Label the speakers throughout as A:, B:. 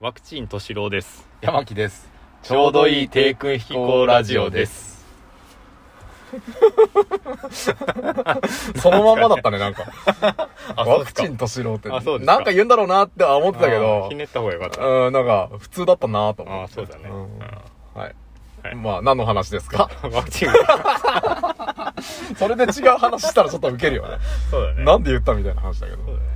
A: ワクチン敏郎です。
B: 山木です
A: ちょうどいい低空飛行ラジオです。
B: そのまんまだったね なんかワクチン
A: ン
B: 敏郎って
A: あそうですか
B: なんか言うんだろうなって思ってたけど
A: ひねった方がよかった。
B: うんなんか普通だったなと
A: あ
B: 思
A: あ、
B: って
A: そうだね。
B: んはい
A: はい
B: まあ何の話で すか
A: うんワクチンが。
B: それで違う話したらちょっとウ ケるよね
A: そうだね。
B: なんで言ったみたいな話だけど
A: そうだね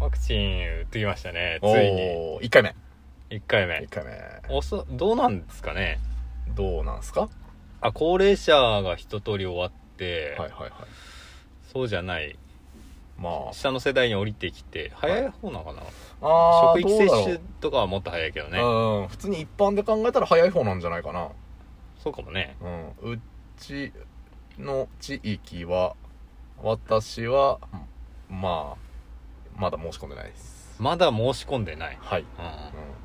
A: ワクチン打ってきましたね。つ
B: うん
A: いに。
B: おー一回目
A: 1回
B: 一
A: 目。
B: 回目
A: おそ、どうなんですかね。
B: どうなんすか
A: あ、高齢者が一通り終わって、
B: はいはいはい
A: そうじゃない。
B: まあ
A: 下の世代に降りてきて、早い方なのかな、
B: あー
A: 職域接
B: どうだろ
A: 種
B: う
A: とかはもっと早いけどね。
B: うん普通に一般で考えたら早い方なんじゃないかな
A: そうかもね。
B: うん、うちの地域は私はまあまだ申し込んでないです
A: まだ申し込んでない。
B: はい、
A: うん。
B: うん、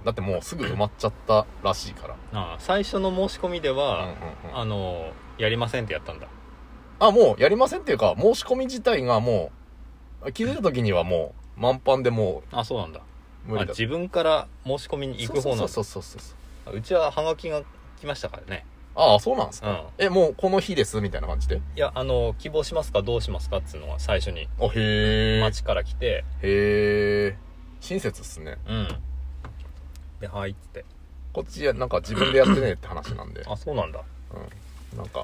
B: だってもうすぐ埋まっちゃったらしいから
A: ああ最初の申し込みで
B: うんう
A: は、
B: んうん
A: あのやりませんってやったんだ
B: あもうやりませんっていうか申し込み自体がもう気づいた時にはもう満帆でも
A: あそうなんだ
B: う無
A: あ
B: 理だ
A: 自分から申し込みに行く方なんだ
B: そうそうそうそうそう
A: うちはハガキが来ましたからね
B: ああそうなんです
A: う
B: か
A: ん
B: えもうこの日ですみたいな感じで
A: いやあの希望しますかどうしますかっつうのが最初に
B: あへえ
A: 町から来て
B: へえ親切っすね
A: うんで「はい」っつって
B: こっちはなんか自分でやってねって話なんで
A: あそうなんだ
B: うん、なんか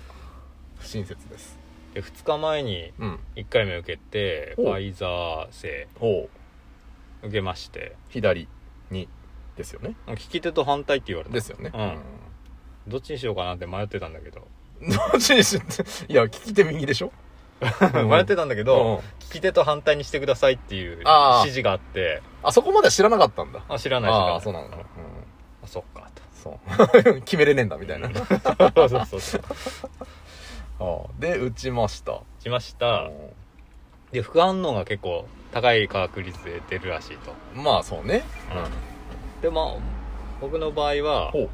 B: 不親切です
A: で2日前に
B: うん
A: 1回目受けてフ
B: ほう
A: ァイザー製
B: ほう
A: 受けまして
B: 左にですよね
A: もう利き手と反対って言われた
B: ですよね
A: うんどっちにしようかなって迷ってたんだけ ど、
B: うんどっちにしいや聞き手右 でしょ
A: 迷ってたんだけど、
B: うん
A: 利き手と反対にしてくださいっていう指
B: ああ
A: 示があって
B: あそこまでは知らなかったんだ
A: あ知らない知らない
B: ああそうなんだ、うん、
A: あそっかと
B: そう 決めれねえんだみたいなあ
A: そうそうそうそう
B: あで打ちました
A: しまし
B: う
A: た
B: ん
A: で副反応が結構高い確率で出るらしいと、
B: まあそうね
A: でまあ僕の場合は
B: ほう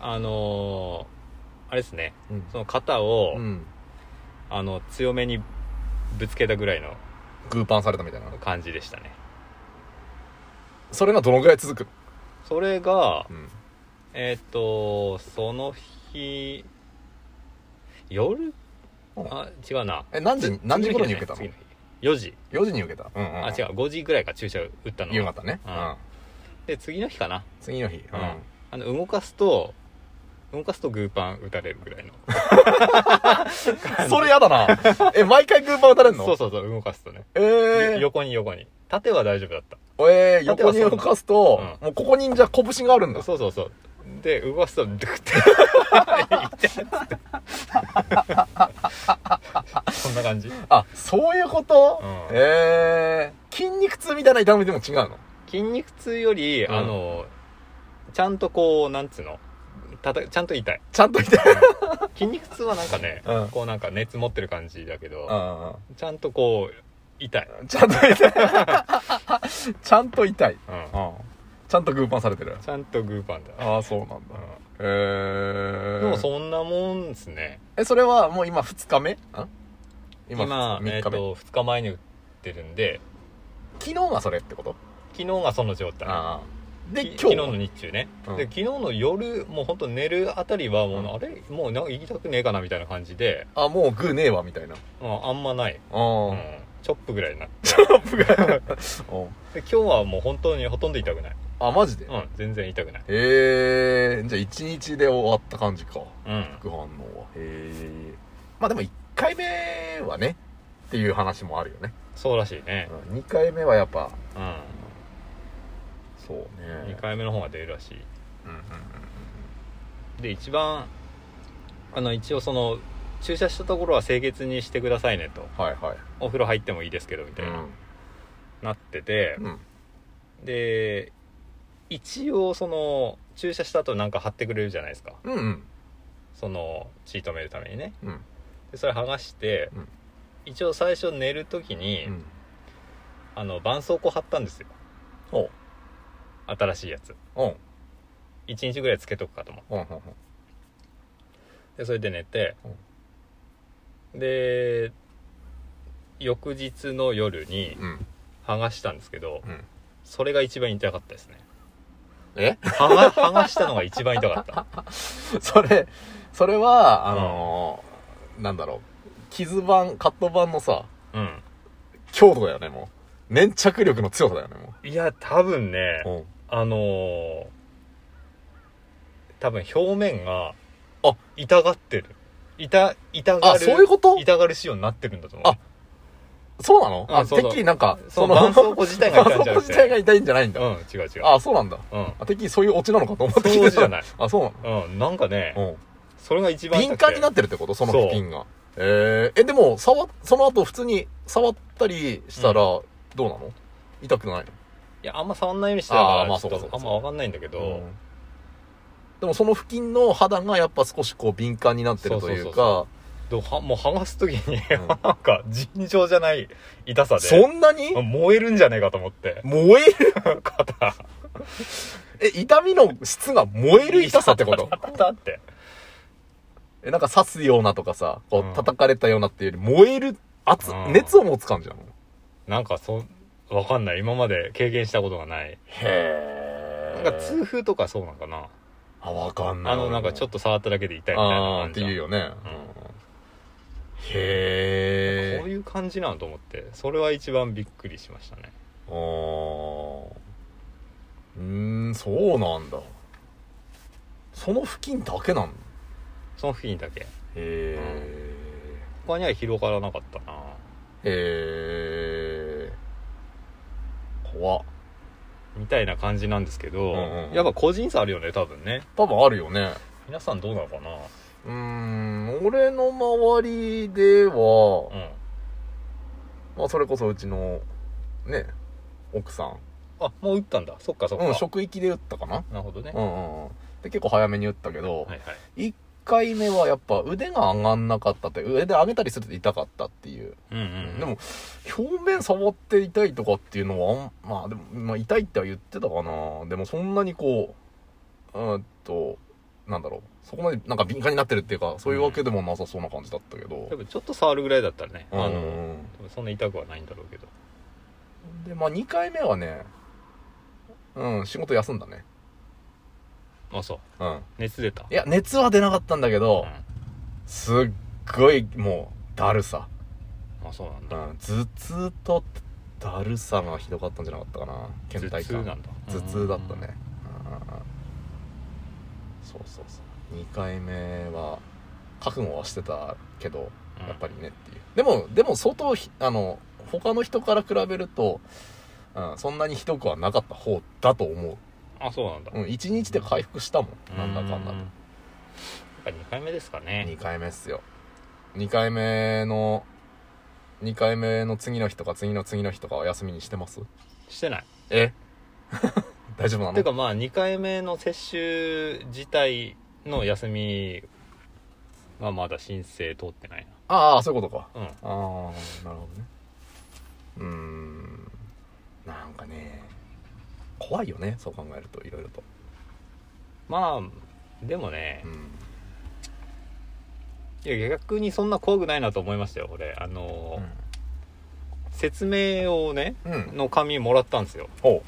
A: あのーあれですね
B: うん
A: その肩を、
B: うん
A: あの強めにぶつけたぐらいの
B: グーパンされたみたいな
A: 感じでしたね
B: それがどのぐらい続く
A: それが
B: うん
A: えっ、とその日夜
B: うん
A: あ違うな
B: え何時に何時頃に受けたの
A: 次日4時
B: 4時に受けたうんうん、う
A: あ
B: ん、
A: 違う5時ぐらいから注射打ったのが
B: 夕方ね、
A: う
B: うんん
A: で次の日かな
B: 次の日うん、
A: うんあの動かすと動かすとグーパン打たれるぐらいの
B: それやだな。え、毎回グーパン打たれんの
A: そうそうそう動かすとね、
B: え
A: よ
B: ー、
A: 横に横に縦は大丈夫だった
B: えー、横に動かすと、
A: う
B: もうここにじゃあ拳があるんだ。
A: そうそうそうで動かすとドゥクって 痛いっつってそんな感じ
B: あ、そういうこと、
A: うん
B: えー、筋肉痛みたいな痛みでも違うの
A: 筋肉痛より、
B: うん
A: あのちゃんとこうなんつうのたたちゃんと痛い
B: ちゃんと痛い。
A: 筋肉痛はなんかね、
B: うん
A: こうなんか熱持ってる感じだけど、
B: う
A: ちゃんとこう痛い、
B: ん。ちゃんと痛い。ちゃんと痛い。
A: うん
B: ちゃんとグーパンされてる。
A: ちゃんとグーパンだ
B: ああ、そうなんだ。えー、
A: でもそんなもんですね
B: え、それはもう今2日目ん今
A: 今
B: 3
A: えっ
B: 日目、
A: と2日前に打ってるんで
B: 昨日がそれってこと
A: 昨日がその状態
B: ああ。
A: き
B: で、今日
A: 昨日の日中ね、
B: うん
A: で昨日の夜もうほんと寝るあたりはもう、
B: うん
A: あれもうなんか行きたくねえかなみたいな感じで、
B: あ、もうグーねえわ、みたいな。
A: うんあんまない、
B: う
A: うんん。チョップぐらいになって
B: チョップが。うん
A: で今日はもう本当にほとんど痛くない
B: あ、マジで、
A: うん全然痛くない
B: へえ、じゃあ1日で終わった感じか。
A: うん
B: 副反応は。へえ。まあでも1回目はね、っていう話もあるよね。
A: そうらしいね
B: うん、2回目はやっぱ、
A: うん、
B: そうね
A: 2。回目の方が出るらし
B: うんうん
A: いで一番あの一応その注射したところは清潔にしてくださいねと
B: うん。はいはい。
A: お風呂入ってもいいですけどみたいな、なってて
B: う、ん。うん。
A: で一応その注射した後なんか貼ってくれるじゃないですか
B: うんうん。
A: その血止めるためにね
B: うん。
A: でそれ剥がして、
B: うん
A: 一応最初寝る時に、
B: うん。
A: あの絆創膏貼ったんですよ
B: おう。
A: 新しいやつ
B: うん。うん
A: 1日ぐらいつけとくかと思っ
B: うんうん。
A: てでそれで寝て、で翌日の夜に
B: うん。
A: 剥がしたんですけど、
B: うん
A: それが一番痛かったですね
B: え
A: 剥が剥がしたのが一番痛かった
B: それそれはあのーなんだろう傷板カット板のさ
A: うん
B: 強度だよねもう粘着力の強さだよねも
A: いや多分ね
B: う、うん、
A: あのー、多分表面が
B: あ
A: 痛がってる痛痛がる
B: あそういうこと
A: 痛がる仕様になってるんだと思う
B: あそうなの
A: うん
B: あ
A: そう
B: て
A: そう
B: っきりなんか
A: その絆創膏自体が痛いんじゃな
B: 絆創膏
A: く
B: 自体
A: て
B: が痛いんじゃないんだ、
A: うん違う違う
B: あそうなんだ
A: うん
B: あてっきりそういうオチなのかと思って
A: そうじゃない
B: あそうな
A: うん、なんかね、
B: の、
A: それが一
B: うん、
A: 番
B: 敏感にな
A: っ
B: ってるってことその
A: そう
B: 付近がえー、えでも触っその後普通に触ったりしたらどうなの、痛くないの
A: いやあんま触んないようにしてたか
B: あーま
A: ら
B: あ
A: ちょっと
B: そう
A: あ
B: かそうんか
A: ま分かんないんだけど、
B: でもその付近の肌がやっぱ少しこう敏感になってるというか
A: でもはもう剥がす時に、
B: ん
A: なんか尋常じゃない痛さで
B: そんなに
A: 燃えるんじゃねえかと思って
B: 燃える
A: 肩
B: え痛みの質が 燃える痛さって こと
A: あったって
B: えなんか刺すようなとかさこ
A: うん
B: う叩かれたようなっていうより燃える熱、
A: うん
B: 熱をもう掴んじゃうの
A: なんかそ分かんない今まで経験したことがない
B: へ
A: なんか痛風とかそうなんかな
B: あわかんない
A: あのなんかちょっ
B: と
A: と触っただけで痛いみたいな
B: ああー
A: 感
B: っ
A: じ
B: ていうよね、
A: うん
B: へ
A: こう
B: え
A: いう感じなのと思ってそれは一番びっくりしましたね
B: あーうーんそうなんだその付近だけなんだ
A: その付近だけ
B: へ
A: 他には広がらなかったな
B: え、へえ怖っ
A: みたいな感じなんですけど、
B: うんうん
A: やっぱ個人差あるよね多分ね
B: 多分あるよね
A: 皆さんどうなのかな
B: うーん俺の周りで
A: うん
B: は、まあ、それこそうちのね奥さん
A: あもう打ったんだそっかそっか、
B: うん職域で打ったかな
A: なるほどね、
B: うんうんうんで結構早めに打ったけど、
A: はいはい
B: 1回目はやっぱ腕が上がんなかったって腕上げたりすると痛かったっていう、
A: うんうん
B: でも表面触って痛いとかっていうのはあんまあでも、まあ、痛いっては言ってたかなでもそんなにこううーんとなんだろうそこまでなんか敏感になってるっていうかそういうわけでもなさそうな感じだったけど
A: 多、分ちょっと触るぐらいだったらね、
B: うん
A: あの多分そんな痛くはないんだろうけど
B: でまあ2回目はねうん仕事休んだね
A: あそう
B: うん
A: 熱出た
B: いや熱は出なかったんだけど、すっごいもうだるさ
A: うんあそうなん
B: う
A: だ
B: ん頭痛とだるさがひどかったんじゃなかったかな倦
A: 頭
B: 怠
A: 痛な
B: 感
A: んだ
B: 頭痛だったねうんうんうんそうそうそう2回目は覚悟はしてたけど
A: うん
B: やっぱりねっていうでもでも相当ひあの他の人から比べると、うん、そんなにひどくはなかった方だと思
A: あそうなんだ
B: う、うん、1日で回復したもんなんだかんだ
A: う
B: と
A: やっぱ2回目ですか
B: 2
A: ね
B: 回目っすよ2回目の2回目の次の日とか次の次の日とかは休みにしてます
A: してない
B: え 大丈夫なの
A: てかまあ2回目の接種自体の休みはまだ申請通ってない
B: ああそういうことか
A: なうん
B: ああなるほどねうーんなんかね怖いよねそう考えるといろいろと
A: まあでもね
B: うん
A: いや逆にそんな怖くないなと思いましたよ俺あのー、説明をね
B: うん、うん、
A: の紙もらったんですよ
B: ほ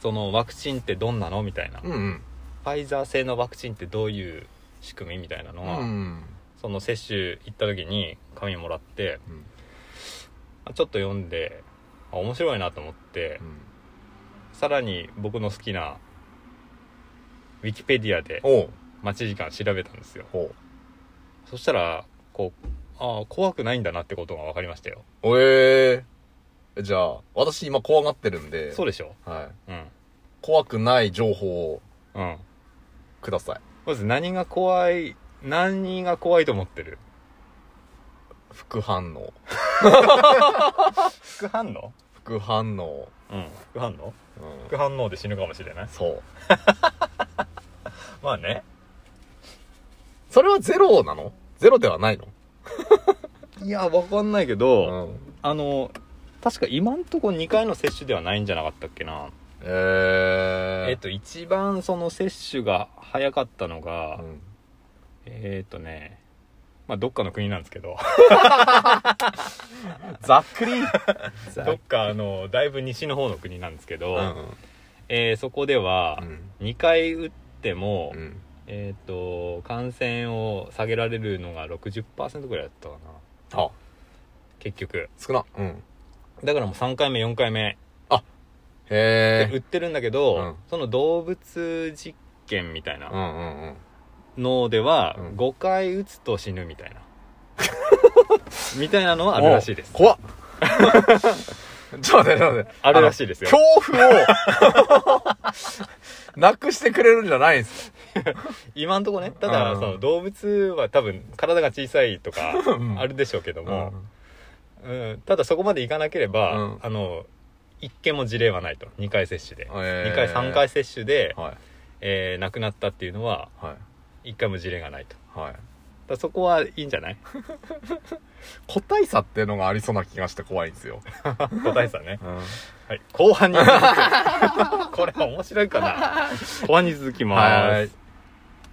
A: そのワクチンってどんなのみたいな、
B: うう
A: フ
B: ん
A: ァイザー製のワクチンってどういう仕組みみたいなの
B: う
A: は、
B: ん
A: その接種行った時に紙もらって
B: うん
A: あちょっと読んであ面白いなと思って、
B: うん
A: さらに僕の好きなウィキペディアで
B: おう
A: 待ち時間調べたんですよ
B: ほ
A: そしたらこうああ怖くないんだなってことが分かりましたよ
B: うええじゃあ私今怖がってるんで
A: そうでしょ
B: はい、
A: うん
B: 怖くない情報を
A: うん
B: ください
A: まず何が怖い何が怖いと思ってる
B: 副反応
A: 副反応
B: 副反応、
A: うん副反応
B: う
A: 副反応で死ぬかもしれない
B: ん、そう
A: まあね
B: それはゼロなのゼロではないの
A: いやわかんないけど、
B: うん
A: あの確か今んとこ2回の接種ではないんじゃなかったっけな
B: え
A: えっと一番その接種が早かったのが、
B: うん
A: えっ、ー、とね、まあ、どっかの国なんですけ ど、
B: ざっくり
A: どっかあの、だいぶ西の方の国なんですけど、
B: うん
A: えーそこでは
B: うん
A: 2回打っても、
B: うん
A: えっ、と感染を下げられるのが60%ぐらいだったかな
B: あ
A: 結局
B: 少なうん
A: だからもう3回目4回目
B: へ
A: で売
B: え
A: ってるんだけど、
B: うん
A: その動物実験みたいな
B: うんうんうん
A: のでは
B: うん
A: 5回打つと死ぬみたいな みたいなのはあ
B: あ
A: るらしいです
B: 怖っ ちょっと待ってちょっと待って
A: あるらしいですよ
B: 恐怖を なくしてくれるんじゃないんです
A: 今んとこねただ、
B: うん
A: その動物は多分体が小さいとか
B: ん
A: あるでしょうけど
B: う
A: も、
B: ん
A: うんただそこまでいかなければ、
B: うん
A: あの一件も事例はないと2回接種で、
B: えー
A: 2回3回接種で、
B: はい
A: えー亡くなったっていうのは
B: はい
A: 1回も事例がないとだか
B: はい
A: らそこはいいんじゃない
B: 個体差っていうのがありそうな気がして怖いんですよ、
A: 答えさね、
B: は
A: はい、後半に続くこれは面白いかな後半に続きます
B: ーい